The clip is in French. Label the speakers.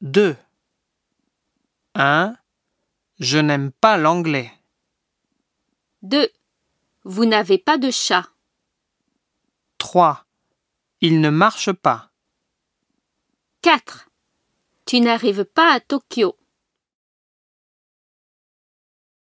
Speaker 1: 2 1 Je n'aime pas l'anglais.
Speaker 2: 2. Vous n'avez pas de chat.
Speaker 1: 3 Il ne marche pas.
Speaker 2: 4. Tu n'arrives pas à Tokyo.